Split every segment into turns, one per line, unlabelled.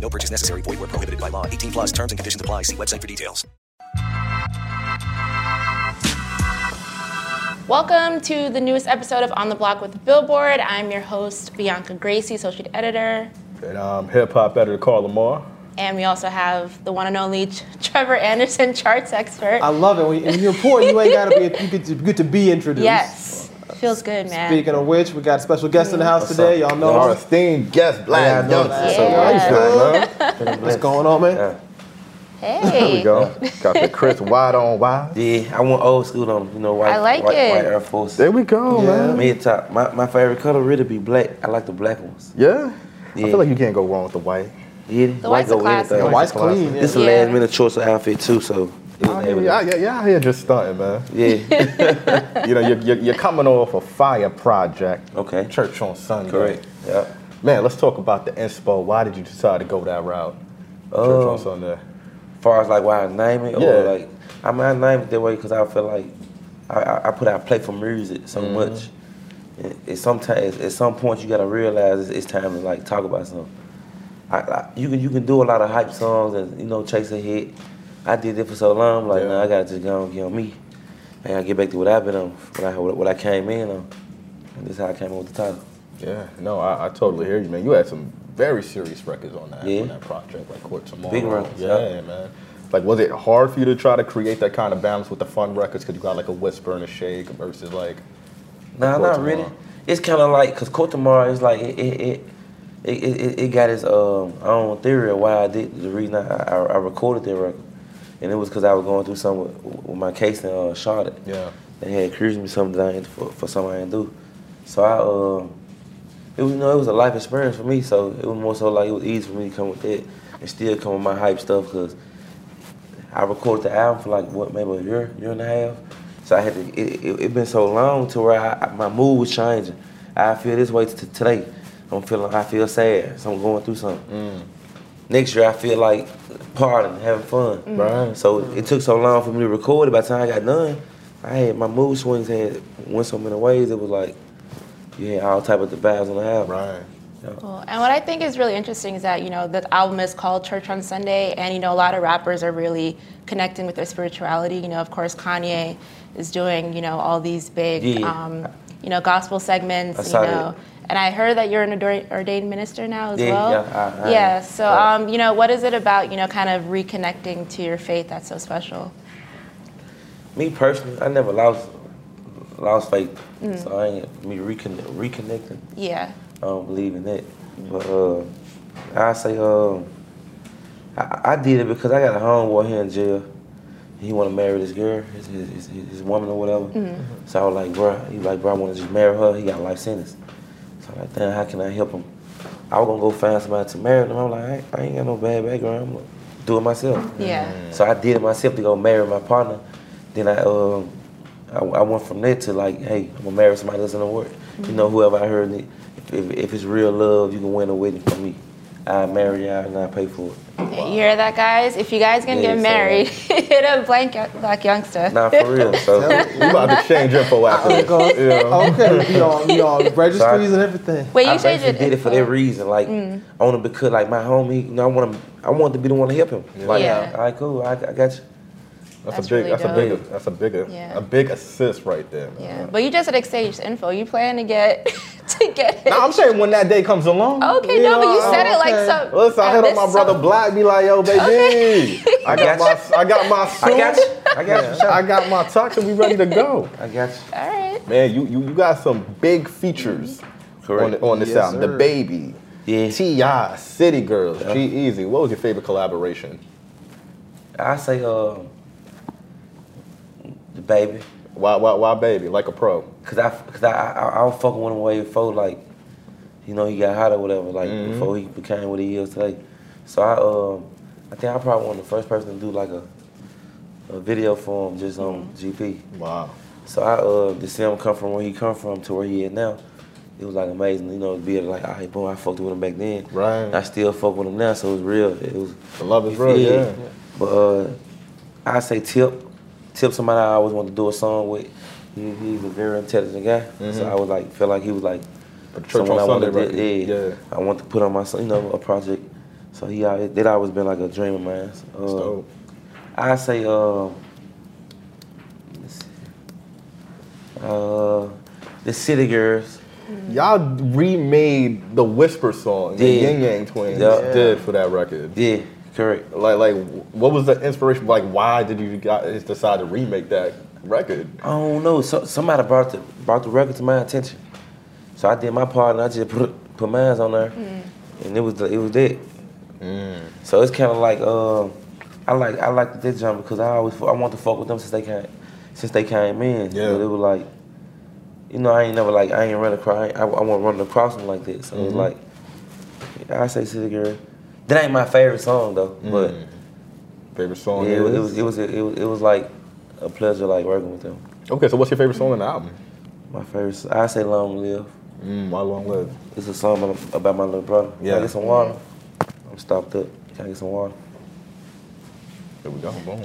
No purchase necessary. Void where prohibited by law. 18 plus terms and conditions apply. See website for details.
Welcome to the newest episode of On the Block with Billboard. I'm your host, Bianca Gracie, associate editor.
And um, hip hop editor Carl Lamar.
And we also have the one and only Ch- Trevor Anderson, charts expert.
I love it. When, when you're poor, you ain't gotta be. You get to, good to be introduced.
Yes. Feels good, man.
Speaking of which, we got a special guest in the house today. Y'all know
Our
us.
esteemed guest, Black
Yeah, I know
Johnson.
that.
So,
Yeah.
how you feeling, man?
What's going on, man?
There
Hey.
we go. Got the Chris Wide on Wide.
Yeah, I want old school on, you know, white,
I like
white,
it.
white Air Force.
There we go, man.
Mid top. My, my favorite color really be black. I like the black ones.
Yeah. I
Yeah.
feel like you can't go wrong with the white.
Yeah, the
white's a classic.
Yeah, White's
classic.
clean.
This is
Yeah.
a
Yeah.
last minute choice of outfit too, so it was
Yeah, yeah,
everything.
yeah, yeah, yeah, just stunting, man.
Yeah,
You know, you're, you're, you're coming off a fire project.
Okay.
Church on Sunday.
correct. Yeah.
Man, let's talk about the inspo. Why did you decide to go that route? Church on Sunday.
far as like why I name it, or
Yeah.
like I mean I name it that way because I feel like I, I, I put out play for music so
Mm-hmm.
much. And it's sometimes at some point you gotta realize it's, it's time to like talk about something. I, I, you can you can do a lot of hype songs and you know chase a hit. I did it for so long. I'm like
Yeah.
nah, I gotta just go and get on me. I gotta get back to what I've been on, what I what I came in on. And this is how I came up with the title.
Yeah, no, I, I totally hear you, man. You had some very serious records on that
Yeah.
on that project, like Court Tomorrow.
Big records,
yeah,
yeah.
man. Like, was it hard for you to try to create that kind of balance with the fun records? Cause you got like a whisper and a shake versus like,
Nah,
Court
not really.
Tomorrow.
It's kind of like because Court Tomorrow is like it it, it it it it got its um own theory of why I did the reason I I, I recorded that record, and it was because I was going through some with, with my case in uh, Charlotte.
yeah,
They had accused me of something that I ain't, for, for something I didn't do, so I um it was you know it was a life experience for me. So it was more so like it was easy for me to come with that and still come with my hype stuff because I recorded the album for like what maybe a year, year and a half. So I had to. It, it, it been so long to where I, I- my mood was changing. I feel this way t- today. I'm feeling. I feel sad. So I'm going through something. Next year I feel like partying, having fun.
Right.
So it took so long for me to record. it. By the time I got done, I had my mood swings had went so many ways. It was like you had all type of the vibes on the album.
right,
Cool. And what I think is really interesting is that, you know, the album is called Church on Sunday, and, you know, a lot of rappers are really connecting with their spirituality. You know, of course, Kanye is doing, you know, all these big,
Yeah.
um, you know, gospel segments,
I
you
saw that.
know. And I heard that you're an ordained ordained minister now as
Yeah,
well.
yeah, I- I
yeah.
am.
So,
Yeah.
um, you know, what is it about, you know, kind of reconnecting to your faith that's so special?
Me personally, I never lost lost faith. So I ain't me reconnect, reconnecting.
Yeah.
I don't believe in that. But uh, I say um, I, I did it because I got a homeboy here in jail. He want to marry this girl, his, his, his, his woman or whatever. So I was like, bro, he like, bro, I want to just marry her. He got a life sentence. So I'm like, damn, how can I help him? I was gonna go find somebody to marry him. I'm like, I ain't, I ain't got no bad background. I'm gonna do it myself.
Yeah.
So I did it myself to go marry my partner. Then I um I, I went from there to like, hey, I'm gonna marry somebody that's in the work. You know, whoever I heard it, if, if, if it's real love, you can win a wedding for me. I marry y'all and I pay for it.
You hear that, guys? If you guys gonna
Yeah,
get
uh, so-
married, hit up Blank uh, Black Youngster.
Nah, for real. So
you about to change info after this.
Oh,
Yeah.
Okay, we all, we all registries
Sorry.
and everything.
Wait, you Mm.
I
changed
basically did it for that reason, like only because like my homie, you know, I want to, I wanted to be the one to help him. Like,
Yeah.
all right, cool, I, I got you.
That's,
That's
a big,
really
that's
dope.
a big, that's a bigger,
Yeah.
a big assist right there. Man.
Yeah, but you just had exchanged info. You plan to get to get.
Nah, I'm saying when that day comes along.
okay, no, but you said it like so.
okay.
Listen, I hit
this
on my brother
so-
Black, be like, yo, baby, I got
Gotcha.
my, I got my,
I got you.
suit,
I got you.
I got my tux, and we ready to go.
I got you.
All right.
Man, you, you, you got some big features on,
Correct.
the, on this
Yes,
album.
sir.
The Baby,
Yeah.
T.I., City Girls, G Easy. What was your favorite collaboration?
I say, uh, the baby.
Why, why, why Baby? Like a pro.
Cause I, cause I, I, I was fucking with him way before, like, you know, he got hot or whatever, like, before he became what he is today. So I, um, I think I probably one of the first person to do like a, a video form just on
Mm-hmm.
GP.
Wow.
So I uh to see him come from where he come from to where he is now, it was like amazing, you know, to be able to like, all right, boom, I fucked with him back then.
Right.
And I still fuck with him now, so it was real. It was
The love is real, yeah.
But uh I say tip. Tip somebody I always wanted to do a song with. He, he's a very intelligent guy. So I was like felt like he was like
But Mm-hmm. Church
someone
on
I wanted
Sunday
to
record.
do- yeah,
Yeah.
I want to put on my son- you know, a project. So he always, that always been like a dream of mine. Uh,
So,
I say, uh, let's see. uh, the City Girls.
y'all remade the Whisper song, the
Did.
Yin Yang Twins
Yeah.
did for that record.
Yeah, correct.
Like, like, what was the inspiration? Like, why did you guys decide to remake that record?
I don't know. So, somebody brought the brought the record to my attention, so I did my part and I just put put mine on there, and it was the, it was that. So it's kind of like uh, I like I like this genre because I always fu- I want to fuck with them since they came since they came in.
Yeah.
But it was like, you know, I ain't never like I ain't run across I, ain't- I, I won't run across them like that. So it was like, I say City Girl. That ain't my favorite song though, but
Favorite song?
yeah, it, was-
is?
it was it was it was it was like a pleasure like working with them.
Okay, so what's your favorite song on the album?
My favorite, song- I say "Long Live."
Mm, Why Long Live?
It's a song about- about my little brother. Can
Yeah.
I get some water? I'm stopped up. Can I get some water?
There we go. Boom.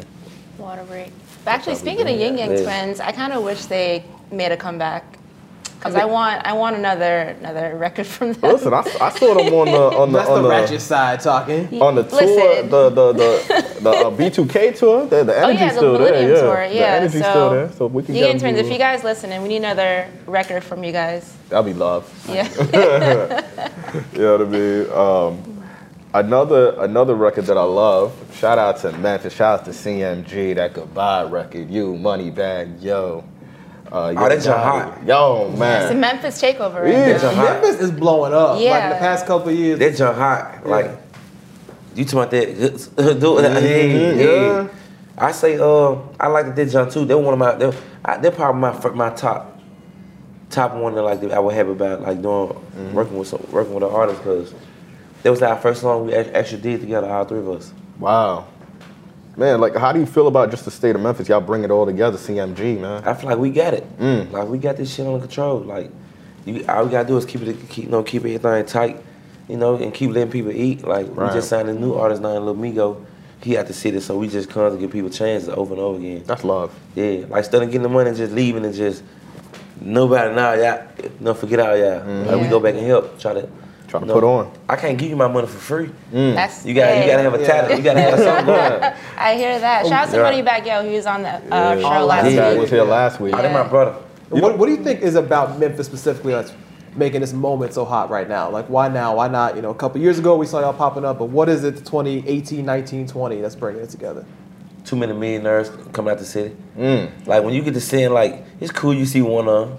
Water break. But actually, speaking of Yin Yang
Yeah.
Twins, I kind of wish they made a comeback because I want I want another another record from them.
Listen, I, I saw them on the on the
That's the,
on
ratchet side talking.
on the tour,
Listen. Oh,
the the the, the uh, B2K tour, the, the energy's
yeah, the
still
Millennium
there. Yeah,
Tour, yeah,
the energy's
so-
still there. So we can
Yin Yang
get them
Twins,
to-
if you guys listening, we need another record from you guys.
that'd be love.
Yeah.
You know what I mean? Um, another another record that I love. Shout out to Memphis. Shout out to CMG. That goodbye record. You money bag. Yo. Uh,
Oh, that's your hot.
Yo
It's a
man.
Memphis takeover right
Yeah.
now.
That hot.
Memphis is blowing up. Like
Yeah.
in the past couple of years.
That junk hot. Like you talking about that? good- do it. Hey,
yeah.
hey. I say, uh, I like that junk too. They're one of my. They're, I, they're probably my fir- my top top one that like that I would have about like doing
Mm-hmm.
working with some, working with an artist because that was our first song we act- actually did together, all three of us.
Wow. Man, like, how do you feel about just the state of Memphis? Y'all bring it all together, CMG, man.
I feel like we got it.
Mm.
Like we got this shit under control. Like you, all we gotta do is keep it, keep, you know, keep everything tight, you know, and keep letting people eat. Like
Right.
we just signed a new artist now, Lil Migo. He out the city, so we just come to give people chances over and over again.
That's love.
Yeah, like instead of getting the money and just leaving and just nobody now, y'all, no, forget all y'all. Like we
Yeah.
go back and help, try to.
Mm. Try to
you know,
put on. Mm.
I can't give you my money for free.
That's
You gotta, you
hey,
gotta have a talent. You gotta have something going.
I hear that. Shout out to
Yeah.
Money Back Yo, he was on the uh,
Oh, Yeah.
show last
That
Yeah.
guy
week.
was here last week.
Oh, that my brother.
What, what do you think is about Memphis specifically that's making this moment so hot right now? Like, why now? Why not? You know, a couple years ago we saw y'all popping up, but what is it 2018, 19, 20 that's bringing it together?
too many millionaires coming out the city. Like when you get to seeing like it's cool you see one of 'em,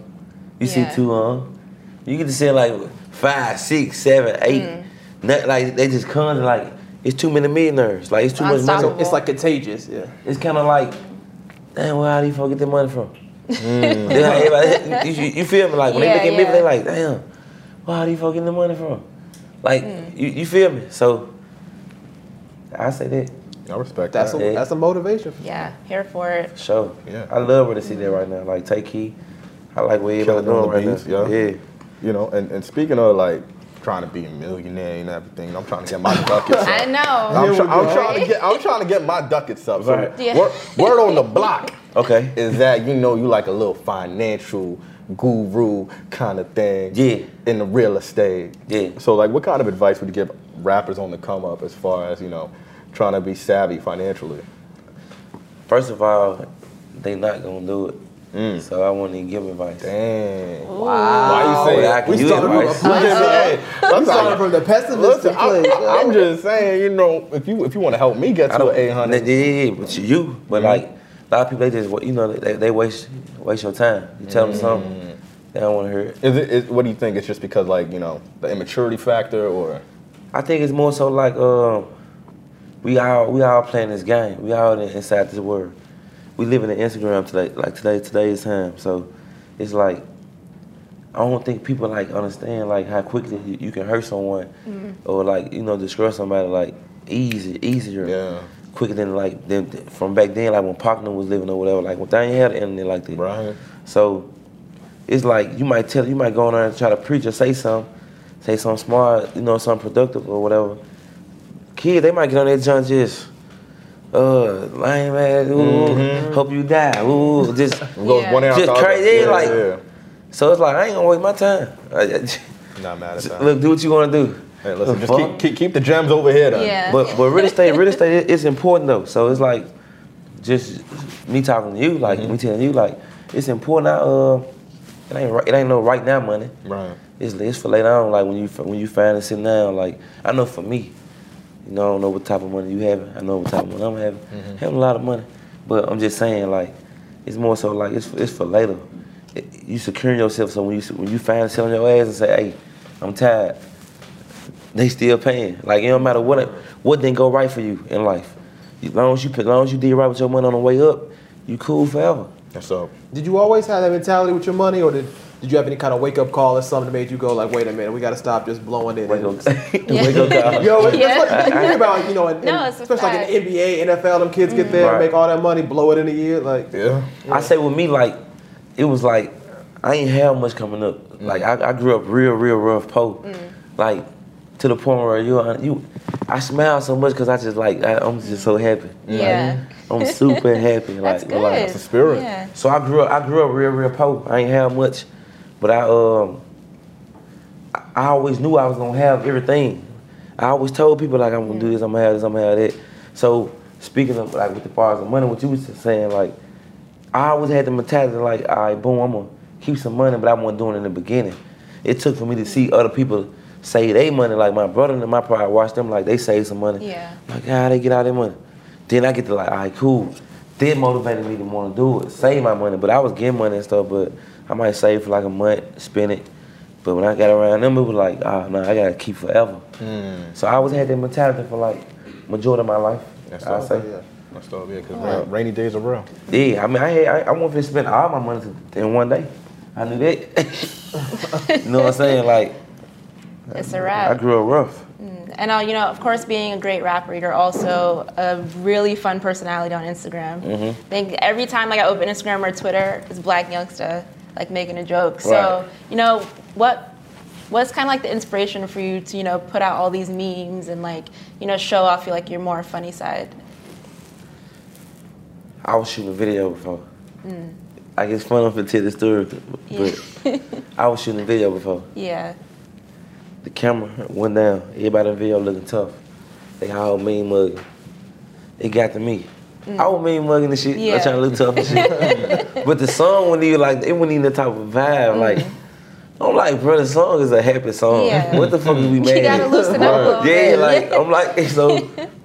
you
Yeah.
see two of 'em. you get to seeing like five, six, seven, eight.
Mm.
Not- like they just come to, like it's too many millionaires. Like it's too much money.
So it's like contagious, yeah.
It's kind of like, damn, where how do you folk get that money from? They like, everybody- you, you- you feel me? Like when
Yeah,
they
yeah.
look at me, they like, damn, where how do you folk get the money from? Like
Mm.
you, you feel me? So I say that.
I respect
That's a,
that.
Yeah.
that's a motivation.
Yeah, here for it.
Sure.
Yeah.
I love where the city at right now. Like take key. I like what
Killing
everybody
on
doing
the
right
beats,
now.
yeah.
yeah.
you know, and, and speaking of like trying to be a millionaire and everything, I'm trying to get my ducats
I
up.
know.
I'm, try- I'm trying to get I'm trying to get my ducats up. So
Right.
Yeah.
word, word on the block
Okay.
is that you know you like a little financial guru kind of thing.
Yeah.
In the real estate.
Yeah.
So like, what kind of advice would you give rappers on the come up as far as you know trying to be savvy financially?
First of all, they not gonna do it.
Mm.
So I won't even give advice.
Dang. Wow. Why you say
But I
that?
can give
started with
advice.
a
Hey, hey, that's how
Starting
you-
from the pessimist to
Listen,
place.
I, am just saying, you know, if you if you want to help me get to
I don't.
an 800,
Yeah, yeah, yeah, but you.
Mm-hmm.
But like a lot of people, they just wa- you know they, they waste waste your time. You tell them
Mm-hmm.
something, they don't want to hear it.
is it, is, what do you think? It's just because like you know the immaturity factor, or
I think it's more so like um, we all we all playing this game. We all in- inside this world. We live in the Instagram today, like today today's time. So it's like I don't think people like understand like how quickly you, you can hurt someone or like you know destroy somebody like easy easier.
Yeah.
quicker than like than, than- from back then, like when Pacman was living or whatever. Like when they ain't had the internet like that.
Right.
So it's like you might tell you might go on there and try to preach or say something, say something smart, you know, something productive or whatever. Kid, they might get on that junk just. Uh, lame ass. Ooh, hope you die. Ooh, just
Goes Mm-hmm. one
Yeah.
after
Just
the other.
crazy, like-
yeah.
so it's like I ain't gonna waste my time. I- I-
Not mad at that.
Look, do what you wanna do.
Hey, listen, just keep,
Fuck.
keep keep the gems over here. Though.
Yeah.
But but real estate, real estate i- is important though. So it's like just me talking to you, like
Mm-hmm.
me telling you, like it's important. I, uh, it ain't right, it ain't no right now money.
Right.
It's it's for later on. Like when you when you finally sit down, like I know for me, you know I don't know what type of money you having. I know what type of money I'm having. Having a lot of money, but I'm just saying like it's more so like it's for, it's for later. It- you securing yourself so when you when you finally sit on your ass and say, hey, I'm tired they still paying. Like it don't matter what what didn't go right for you in life. As long as you as long as you did right with your money on the way up, you cool forever.
That's up.
Did you always have that mentality with your money, or did did you have any kind of wake up call or something that made you go like, wait a minute, we got to stop just blowing it?
Wake
and-
up, wake up, guys.
Yo, it's-
Yeah.
it's like, you think about you know, in,
No,
in-
it's a
especially like
fact. Mm-hmm.
in the NBA, NFL, them kids get there,
Right.
make all that money, blow it in a year, like
Yeah.
I say with me, like, it was like, I ain't have much coming up.
Mm.
Like, I, I grew up real, real rough po. Like, to the point where you, uh, you, I smile so much because I just like, I, I'm just so happy.
Yeah.
Like, I'm super happy.
That's
like,
good.
like,
the spirit.
Yeah.
so I grew up. I grew up real, real poor. I ain't have much, but I um. I- I always knew I was gonna have everything. I always told people like I'm gonna do this, I'm gonna have this, I'm gonna have that. So speaking of like with the bars of money, what you was saying like, I always had the mentality like, all right, boom, I'm gonna keep some money, but I wasn't doing it in the beginning. It took for me to see other people save their money like my brother and my pride. I watched them like they save some money.
Yeah.
I'm Like, how they get all their money? Then I get to like, all right, cool. Then motivated me to want to do it, save my money. But I was getting money and stuff, but I might save for like a month, spend it. But when I got around them, it was like, ah, no, I gotta keep forever.
Mm.
So I always had that mentality for like majority of my life.
That's
I
dope.
say.
Yeah. That's up. Yeah, cause ra- rainy days are real.
Yeah, I mean, I had, I, I wanted to spend all my money to- in one day. I knew that. you know what I'm saying? Like,
It's a
I
wrap.
grew up rough.
And uh, you know, of course, being a great rapper, you're also a really fun personality on Instagram. I think every time like I open Instagram or Twitter, it's Black Youngsta like making a joke. So
Right.
you know what? What's kind of like the inspiration for you to you know put out all these memes and like you know show off your like your more funny side?
I was shooting a video before. I guess fun off until the story, but I was shooting a video before.
Yeah,
The camera went down. Everybody in the video looking tough. They all mean mugging. It got to me. I was mean mugging and shit.
Mm. Yeah.
I trying to look tough and shit. but the song wasn't even like it wasn't even the type of vibe. Like I'm like, bro, the song is a happy song.
Mm. Yeah.
What the fuck is we mad?
you gotta
at?
loosen up a little
Yeah,
bit.
like I'm like so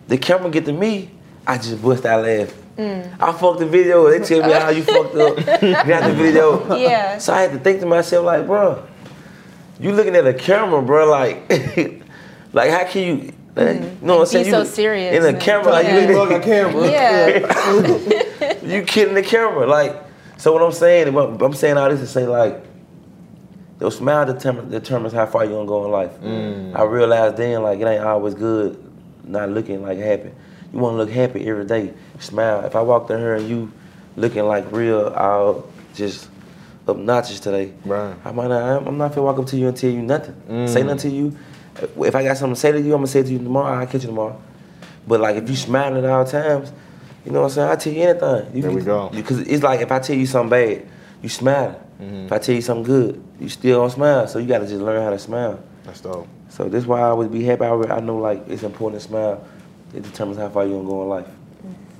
the camera get to me, I just bust out laughing.
Mm.
I fucked the video. They tell me how you fucked up. Got the video.
Yeah.
So I had to think to myself like, bro, you looking at a camera, bro. Like, like how can you? like, You know what I'm saying?
Mm-hmm. Be so
You
serious
in a
and-
camera, like
Yeah.
you
plug
looking
a camera.
yeah,
you kidding the camera. Like, so what I'm saying, what I'm saying all this to say like, your smile determines, determines how far you gonna go in life. I realized then like it ain't always good not looking like happy. You wanna look happy every day. Smile. If I walked in here and you looking like real, I'll just obnoxious today.
Right.
I might not, I'm not gonna walk up to you and tell you nothing. Say nothing to you. If I got something to say to you, I'm gonna say it to you tomorrow. I'll catch you tomorrow. But like if you smiling at all times, you know what I'm saying? I tell you anything. You,
There we go.
Because it's like if I tell you something bad, you smile.
Mm-hmm.
If I tell you something good, you still don't smile. So you gotta just learn how to smile.
That's dope.
So this why I always be happy. I, re- I know like it's important to smile. It determines how far you gonna go in life.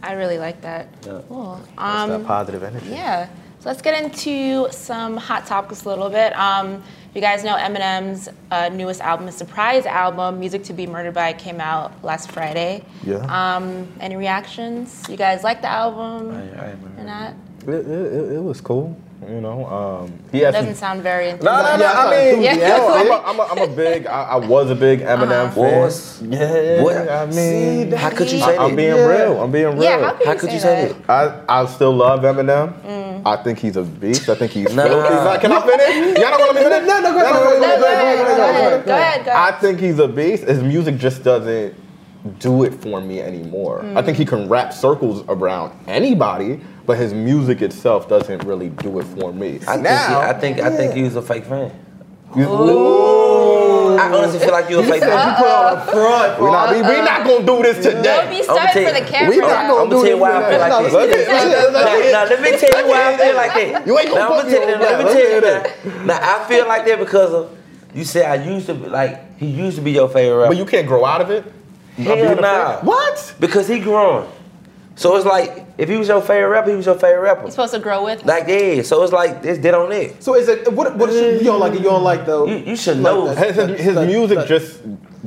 I really like that. Cool.
That's
Um,
that positive energy.
Yeah. So let's get into some hot topics a little bit. Um, you guys know Eminem's uh, newest album, his surprise album, "Music to Be Murdered By," came out last Friday.
Yeah.
Um, any reactions? You guys like the album
I, I haven't
or
heard.
not?
It, it, it, it was cool. You know. Um, he had some
Doesn't sound very. enthusiastic.
No, no, no.
Yeah,
I mean,
yeah.
no, I'm, a, I'm, a, I'm a big. I, I was a big
Uh-huh.
Eminem fan.
Was?
Yeah.
What?
I
See,
mean,
that- How could you
I,
say
am
that?
being
Yeah.
real. I'm being real.
Yeah, how could
How
you Mm.
could
say
you say that?
I, I still love Eminem. I think he's a beast. I think he's
Nah.
filthy. Nah, Can I finish? Y'all don't want to
No,
finish?
no, no,
Y'all
go ahead,
don't
go
No,
wanna
ahead, go
go
ahead,
ahead,
go ahead, go ahead.
go ahead, go
I
ahead.
think he's a beast. His music just doesn't do it for me anymore. I think he can wrap circles around anybody, but his music itself doesn't really do it for me.
I
now,
think, he, I think I think you was a fake fan.
you-
I honestly feel like you a fake
You
fan.
put on a front. We're not, we, we not gonna do this
Don't
today.
be starting for the camera.
We not gonna
I'ma
do
tell
this
you why I
today.
feel like
Let's
this.
get- let's get-
Now,
let's get-
now, let me tell you why I feel like that.
You ain't gonna
Now, I'ma
fuck me
tell you-
over that.
Let me
Let's
tell you
get
that. Now I feel like that because of you said I used to be like he used to be your favorite rapper.
But you can't grow out of it.
Hell
Being a
nah.
fan? What?
because he growing. So it's like if he was your favorite rapper, he was your favorite rapper.
You're supposed to grow with.
Like yeah, so it's like it's dead on it.
So is it what? What is you, you don't like? it, You don't like though.
You- you should know.
His, his, his music just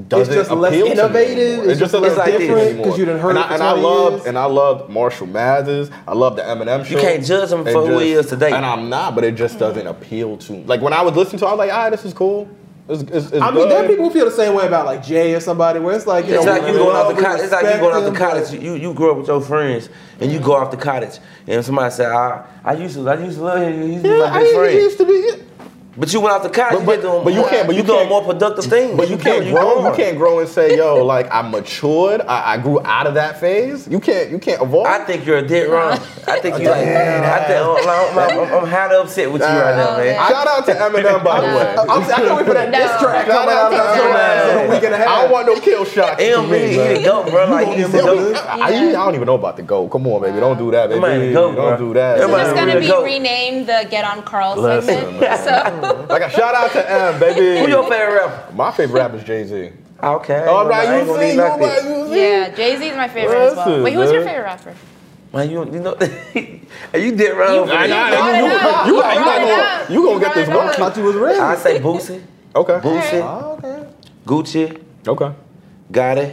doesn't
just
appeal
less
to me
innovative,
anymore.
it's just
less
doesn't appeal to me
different,
anymore.
'cause you done heard
and
it
I,
for
and I
20
loved
years.
and I loved Marshall Mathers. I loved the Eminem show.
You can't judge him
And
for who he
just-
is today.
And I'm not, but it just doesn't appeal to me. Like when I would listen to, it, I was like, ah, this is cool. It's, it's, it's
I mean, there are
good."
people who feel the same way about like Jay or somebody, where it's like you
It's
know,
like
we
you going
love,
out to
we
college. It's like you
respect
going out
them,
to
but-
college. You you grew up with your friends, and you go off to college, and somebody said, "I I used to I used to love him. He used to be
Yeah,
my
I
best
used-
friend."
used to be.
But you went out to college.
But- but-
you did doing,
but you
more-
can't- but you
doing
can't-
more productive things.
But you can't
doing-
grow. You
doing.
can't grow and say, "Yo, like I matured. I, I grew out of that phase." You can't. You can't evolve.
I think you're a dead wrong. I think you like. I think I'm, I'm, I'm, I'm, I'm hot upset with you right
Oh,
now, man.
Shout out to Eminem, by the way.
I'm, Oh, I can't wait for that
No.
diss track
Shout
coming
out
out
to
of
Eminem.
your ass in a week and a
I
half.
don't want no kill shots.
Damn,
from me,
man, he
bro.
the goat, bro. Like he's the
Don't-
goat.
I, I don't even know about the goat. Come on, baby. Don't do that, baby.
That man the goat,
don't
bro.
do that.
That
So
man
just
Everybody
gonna be
real goat.
renamed the Get on Carl
Listen,
segment.
man.
So
like a shout out to M, baby.
Who your favorite rapper?
My favorite rapper is Jay Z.
Okay. I ain't
All
gonna- I
right,
ain't
Oh, you
gonna
see,
be
you
like that.
right, you see.
yeah, Jay Z is my favorite as well.
Listen,
Wait, who's your
man.
favorite rapper?
Man, you you know, you did wrong. for
Nah,
that.
nah,
brought
you-
it up.
you- you
You
not-
brought it
you not gonna-
up.
you gonna
You
get this
brought it
I
up.
goat.
thought you was ready.
I say Boosie,
Okay.
Boosie,
Oh, okay.
Gucci,
Okay.
Gotti,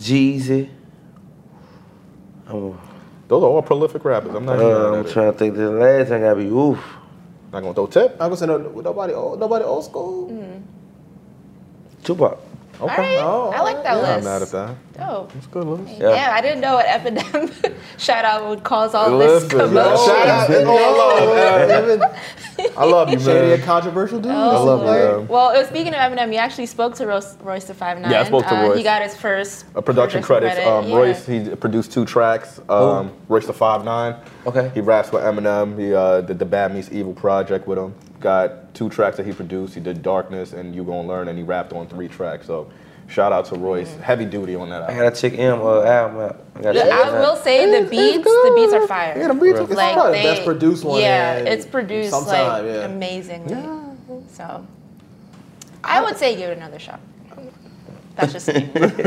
Jeezy. I'm,
Those are all prolific rappers. I'm not,
uh, I'm
gonna try.
trying to think. The last thing I be oof.
not gonna throw tip.
I'm gonna say no, nobody, old, nobody old school.
Tupac.
All right,
Oh,
I like that
yeah.
I'm
list.
mad at that.
Dope.
It's good, Lewis.
Yeah.
Damn, I didn't know what Eminem shout out would cause all this
Listen,
commotion.
man, shout out to all of them. I love you,
Shady, a
man.
controversial dude.
Oh,
love
Lord.
him.
Well, uh, speaking of Eminem, he actually spoke to Royce, Royce the Five Nine.
Yeah, I spoke to
Uh,
Royce.
he got his first
A production
production
credits. Um,
yeah.
Royce, he produced two tracks. Um, Royce the Five Nine.
Okay.
He raps with Eminem. He uh, did the Bad Meets Evil project with him. Got two tracks that he produced. He did Darkness and You Gonna Learn, and he rapped on three tracks. So, shout out to Royce.
Mm.
Heavy duty on that.
I
Album.
gotta check M uh, album out. I gotta
Look,
check
I
his
will
album.
say the beats, the beats are fire.
Yeah, the beats are It's probably the best produced one
Yeah,
in
it's produced
some
like
time, yeah.
amazingly. So, I would say give it another shot. That's just me.
Shout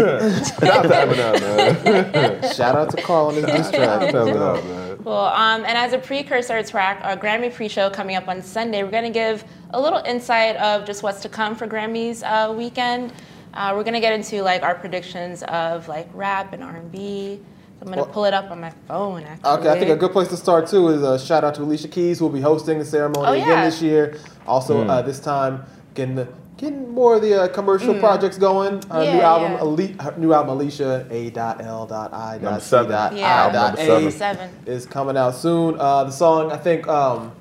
out to Eminem, man.
Shout out to Carl on his diss
Shout out
track.
to Eminem, man.
Cool. Um, and as a precursor to our, our Grammy pre-show coming up on Sunday, we're going to give a little insight of just what's to come for Grammys uh, weekend. Uh, we're going to get into like our predictions of like rap and R&B. I'm going to
Well-
pull it up on my phone. Actually.
Okay, I think a good place to start too is a shout out to Alicia Keys, who will be hosting the ceremony
Oh, yeah.
again this year. Also,
Hmm.
uh, this time getting the, getting more of the uh, commercial projects going.
Hmm.
Her
Yeah,
new album,
yeah.
Ali- her new album, Alicia A. Dot L. Dot I.
Number
Dot C.
seven.
Dot
Yeah.
Ah, I.
Album
Dot
number
A
seven.
is coming out soon. Uh, the song, I think, um,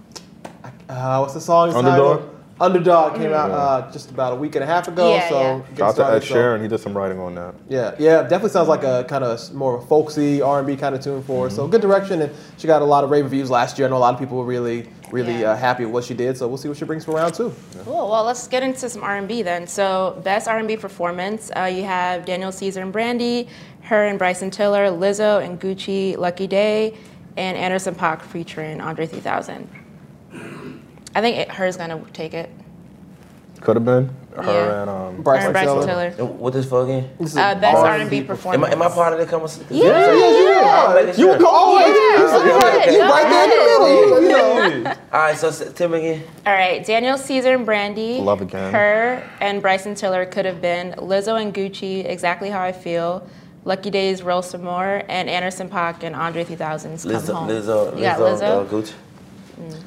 uh, what's the song? It's
Underdog? Mm.
titled? Underdog came out uh, just about a week and a half ago.
Yeah,
so
yeah.
getting
Shout out to Ed
started, so-
Sheeran. He did some writing on that.
yeah, yeah, definitely sounds like a kind of more of a folksy R and B kind of tune for her.
Mm-hmm.
So good direction, and she got a lot of rave reviews last year. I know a lot of people were really, really
Yeah.
uh, happy with what she did. So we'll see what she brings for round two.
Cool. Well, let's get into some R&B then. So, best R&B performance, uh, you have Daniel Caesar and Brandy, her and Bryson Tiller, Lizzo and Gucci, Lucky Day, and Anderson Paak featuring Andre 3000. I think it, her's gonna take it.
Could have been her
Yeah.
and um.
Bryson
Her and Bryson
Tiller.
Tiller.
And What this for again?
Uh, best
R&B
R&B performance.
Am I, am I part of the conversation?
Yeah,
Yeah,
yeah.
you were
Oh,
always you, said
Yeah.
right, you right there in the middle. You, you know,
All right, so s- tell me again.
All right, Daniel Caesar and Brandy.
Love again.
Her and Bryson Tiller could have been Lizzo and Gucci, Exactly How I Feel, Lucky Day's Roll Some More, and Anderson Paak and Andre 3000's Come
Lizzo,
Home.
Lizzo,
You got
Lizzo, uh,
Lizzo?
Gucci.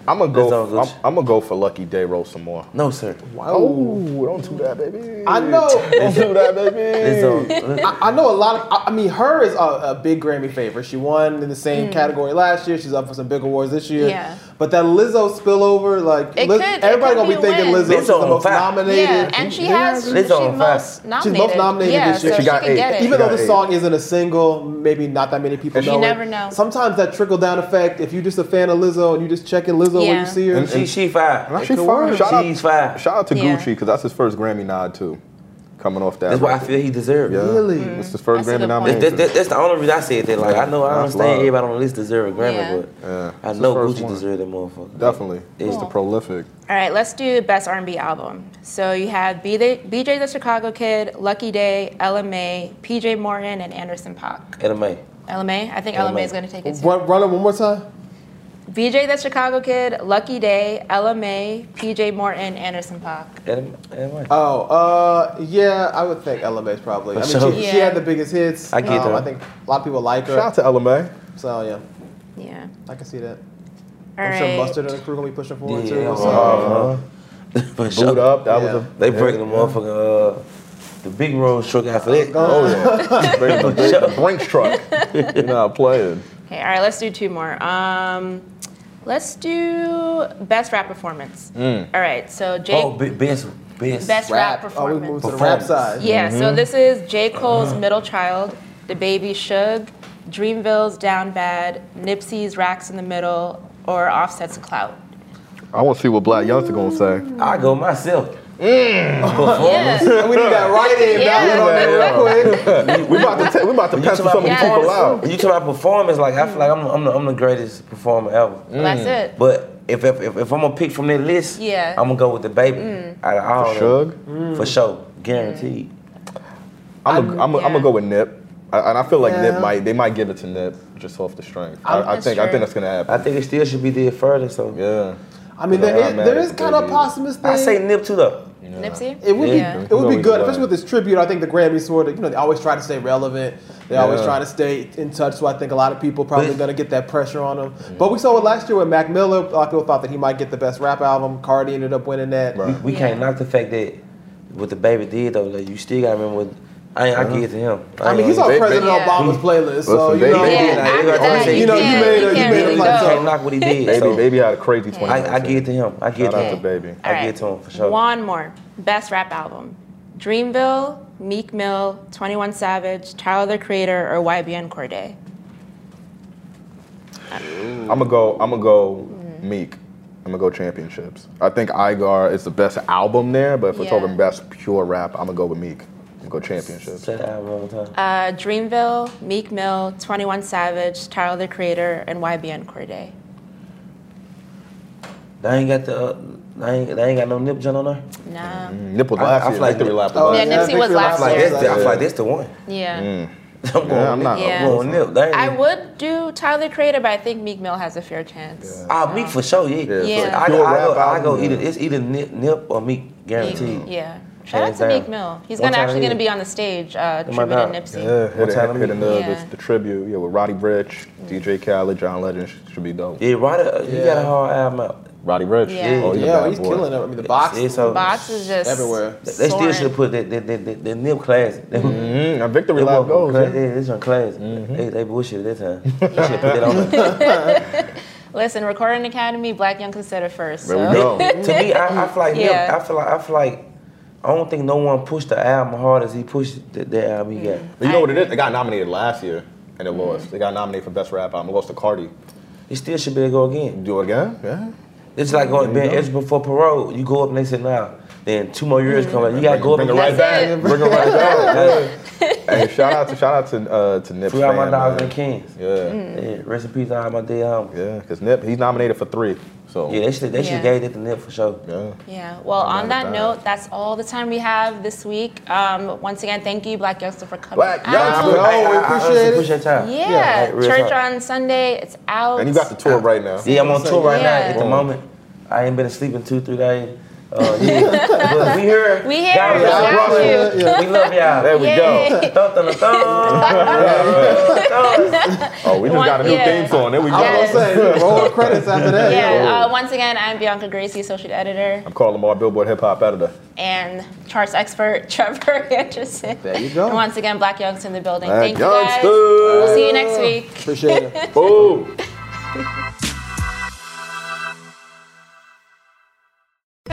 I'm gonna
That's all
go.
good.
I'm, I'm gonna go for Lucky Day. Roll some more.
No, sir.
Oh, don't do that, baby.
I know.
Don't do that, baby.
Lizzo. Lizzo.
I know a lot of. I- I mean, her is a, a big Grammy favorite. She won in the same category last year. She's up for some big awards this year.
Mm. Yeah.
But that Lizzo spillover, like
It
Liz-
could- it
everybody
could
gonna be
be a
thinking
win.
Lizzo is
Lizzo
the
on
most
fire.
nominated.
Yeah, and she has
Yeah.
she's
Lizzo on fire.
most nominated.
She's most nominated
yeah,
this year.
So
She
she,
got
can
eight.
get it.
Even though the
Yeah.
song isn't a single, maybe not that many people
And
know
she-
it.
You never know.
Sometimes that trickle down effect. If you just a fan of Lizzo and you just checking Lizzo when
Yeah.
you see her,
And-
She she fire.
She's
could
fire.
work.
Shout
She's
out,
fire.
shout out to
Yeah.
Gucci because that's his first Grammy nod too. Coming off that.
That's why I
record.
feel he deserved it.
Yeah.
Really?
Mm-hmm.
It's his first
That's a
Grammy
good point.
That-
nomination.
that- that- that's the only reason I said that. Like I know I
That's
understand
love.
everybody on the list deserve a Grammy,
Yeah.
but
Yeah.
I
It's
know
the first
Gucci
one.
deserved that motherfucker.
Definitely. He's the
Cool.
prolific.
All right, let's do best R&B album. So you have BJ, BJ the Chicago Kid, Lucky Day, LMA, PJ Morton, and Anderson Paak.
LMA.
LMA, I think LMA, is going to take it. Too.
run, run it one more time.
BJ the Chicago Kid, Lucky Day, LMA, PJ Morton, Anderson Paak.
LMA.
Oh, uh, yeah, I would think LMA's probably. I mean,
sure.
she, she
Yeah.
had the biggest hits.
I get
um, I
that.
think a lot of people like her.
Shout out to LMA.
so yeah,
Yeah.
I can see that.
All
I'm
right.
sure Mustard and the crew gonna be pushing for it too.
Yeah,
So,
uh-huh. For
Boot
sure.
up. That
Yeah.
was a
They breaking the motherfucking uh, the big road truck after that. Oh yeah.
breaking the, big- the Brinks truck. You're not playing.
Okay, all right, let's do two more. Um, let's do best rap performance. All right, so Jake,
Oh, be- best, best.
best rap,
Oh, we
performance.
moved Mm-hmm. Uh-huh. to the Mm. rap side.
Performance.
Yeah, so this is J. Cole's Middle Child, The Baby Suge, Dreamville's Down Bad, Nipsey's Racks in the Middle, or Offset's Clout.
I want to see what Black Youngster gonna say.
I go myself.
Yeah.
And we need that right in
Yeah.
battle on that real quick.
We about to ta- we about to
You
pass
talking
some of
about
these
Yeah.
people
performance?
out.
You talking about performance? Like I feel like I'm, I'm, the, I'm the greatest performer ever.
Mm.
That's it.
But if, if if if I'm gonna pick from that list,
Yeah.
I'm gonna go with the baby. Out of all of them.
Shug.
for sure, guaranteed.
I'm gonna I'm
yeah.
gonna go with Nip. I, and I feel like
Yeah.
Nip might they might give it to Nip just off the strength. I, I
That's
think I
true.
think that's gonna happen.
I think it still should be there further. So
yeah.
I mean,
Yeah,
there is,
I'm mad
there
at
is
the
kind of a
baby.
posthumous thing.
I say Nip too though.
Nipsey?
It would
Yeah.
be it would
Always
be good,
alive.
especially with this tribute. I think the Grammys sort of you know they always try to stay relevant. They always
Yeah.
try to stay in touch. So I think a lot of people probably
But-
going to get that pressure on them. But we saw it last year with Mac Miller. A lot of people thought that he might get the best rap album. Cardi ended up winning that.
Right.
We can't knock the fact that what the baby did though. Like you still gotta remember. What, I
Uh-huh.
ain't, I give it to him.
I mean, he's
gonna-
on
They-
President
they-
Obama's playlist, so
Listen,
you know,
they-
Yeah,
Yeah,
I-
after that,
you know, you
can't-
made a-
can't
you made a
really
You
plateau.
can't
go.
knock what he did.
Baby,
so
baby had a crazy twenty.
I, I give it to him. I give
Shout
it to
out to
him.
baby.
I
All
give it to him for sure.
One more. Best rap album. Dreamville, Meek Mill, 21 Savage, Tyler the Creator, or YBN Cordae.
I'm gonna go. I'm gonna go Meek. I'm gonna go championships. I think Igar is the best album there, but if we're
Yeah.
talking best pure rap, I'm gonna go with Meek. I'm gonna go championships.
Say that album one more time.
Uh, Dreamville, Meek Mill, 21 Savage, Tyler the Creator, and YBN Cordae.
They ain't got the. Uh, they ain't, they ain't got no nip joint on there.
Nah.
Nip was
I-
last
I
year.
feel like
Victory
Nip-
lap was
Oh,
last
Yeah,
year.
Nipsey was
Victory
last
Like
year.
that's the, I feel like that's the one.
Yeah.
I'm going
Yeah, I'm not.
Yeah.
I'm going nip. They ain't,
I would do Tyler the Creator, but I think Meek Mill has a fair chance.
Ah, Meek for sure. Yeah.
Yeah,
Yeah.
I, I,
Pure
go,
rap
I go
album,
either.
yeah.
It's either nip, nip or Meek, guaranteed.
Yeah. Shout out
Hands
to Meek
down.
Mill. He's
One
gonna
time
actually
he-
gonna be on the stage uh,
Am I
tributing
not?
Nipsey.
Yeah,
What
hit,
time
it,
to
hit
Meek?
another,
Yeah.
the tribute. Yeah, with Roddy Rich, DJ Khaled, John Legend sh- should be dope.
Yeah, right. Uh, You got
Yeah.
a hard album out.
Roddy Rich.
Yeah.
Oh, he's, a
Yeah,
bad
he's
boy.
killing it. I mean, the box.
Yeah, so-
Box is just
Everywhere.
They they still
soaring.
should have put that that that, that, that nip classic. That-
Mm, now Victory
that
lap
motherfucker
goes.
class-
yeah. Mm-hmm.
Yeah, this on classic. They, they bullshit that time. They should put that on. there.
Listen, Recording Academy, Black Young considered first.
There we
so-
go.
to me, I, I feel like Nip-
Yeah.
I feel like I feel like I don't think no one pushed the album hard as he pushed the, the album he got.
Mm-hmm.
But you know what it is? They got nominated last year and it lost. They got nominated for best rap album. It lost to Cardi.
He still should be able to go again.
Do it again? Yeah.
It's like going being eligible for parole. You go up and they say nah. Then two more years come out. You gotta go up
Bring it
and
right
get-
back.
it.
Bring it right back.
Yeah.
Hey, shout out to shout out to uh, to Nip.
Free all my dogs
man.
and kings.
Yeah,
Yeah, rest in peace, to all my dead homies.
yeah, because Nip he's nominated for three. So
Yeah, they should they
Yeah.
should gave it to Nip for sure.
yeah.
Yeah. Well, on that note, that's all the time we have this week. Um, once again, thank you, Black Youngster, for coming.
Black
out.
Youngster.
I- I- I
we
honestly
appreciate it.
Appreciate time.
Yeah.
like, real
Church
time.
on Sunday. It's out.
And you got the tour right now.
Yeah, I'm on tour right now. At the
Yeah.
moment, I ain't been asleep in two, three days. Uh, yeah. but we here.
We here.
God
We
bless
got
Brooklyn.
you. Yeah.
We love y'all.
There we go.
Yay.
Thump, thump, thump.
Oh, we just got a new
Yeah.
theme song. There we go.
I was gonna say roll the credits after that.
Yeah. Uh, once again, I'm Bianca Gracie, associate editor
Oh. I'm calling Lamar Billboard hip hop editor.
and charts expert Trevor Anderson.
There you go.
And once again, Black Youngster in the building.
Black
thank you guys.
Youngster.
We'll see you next week.
Appreciate it.
Boom.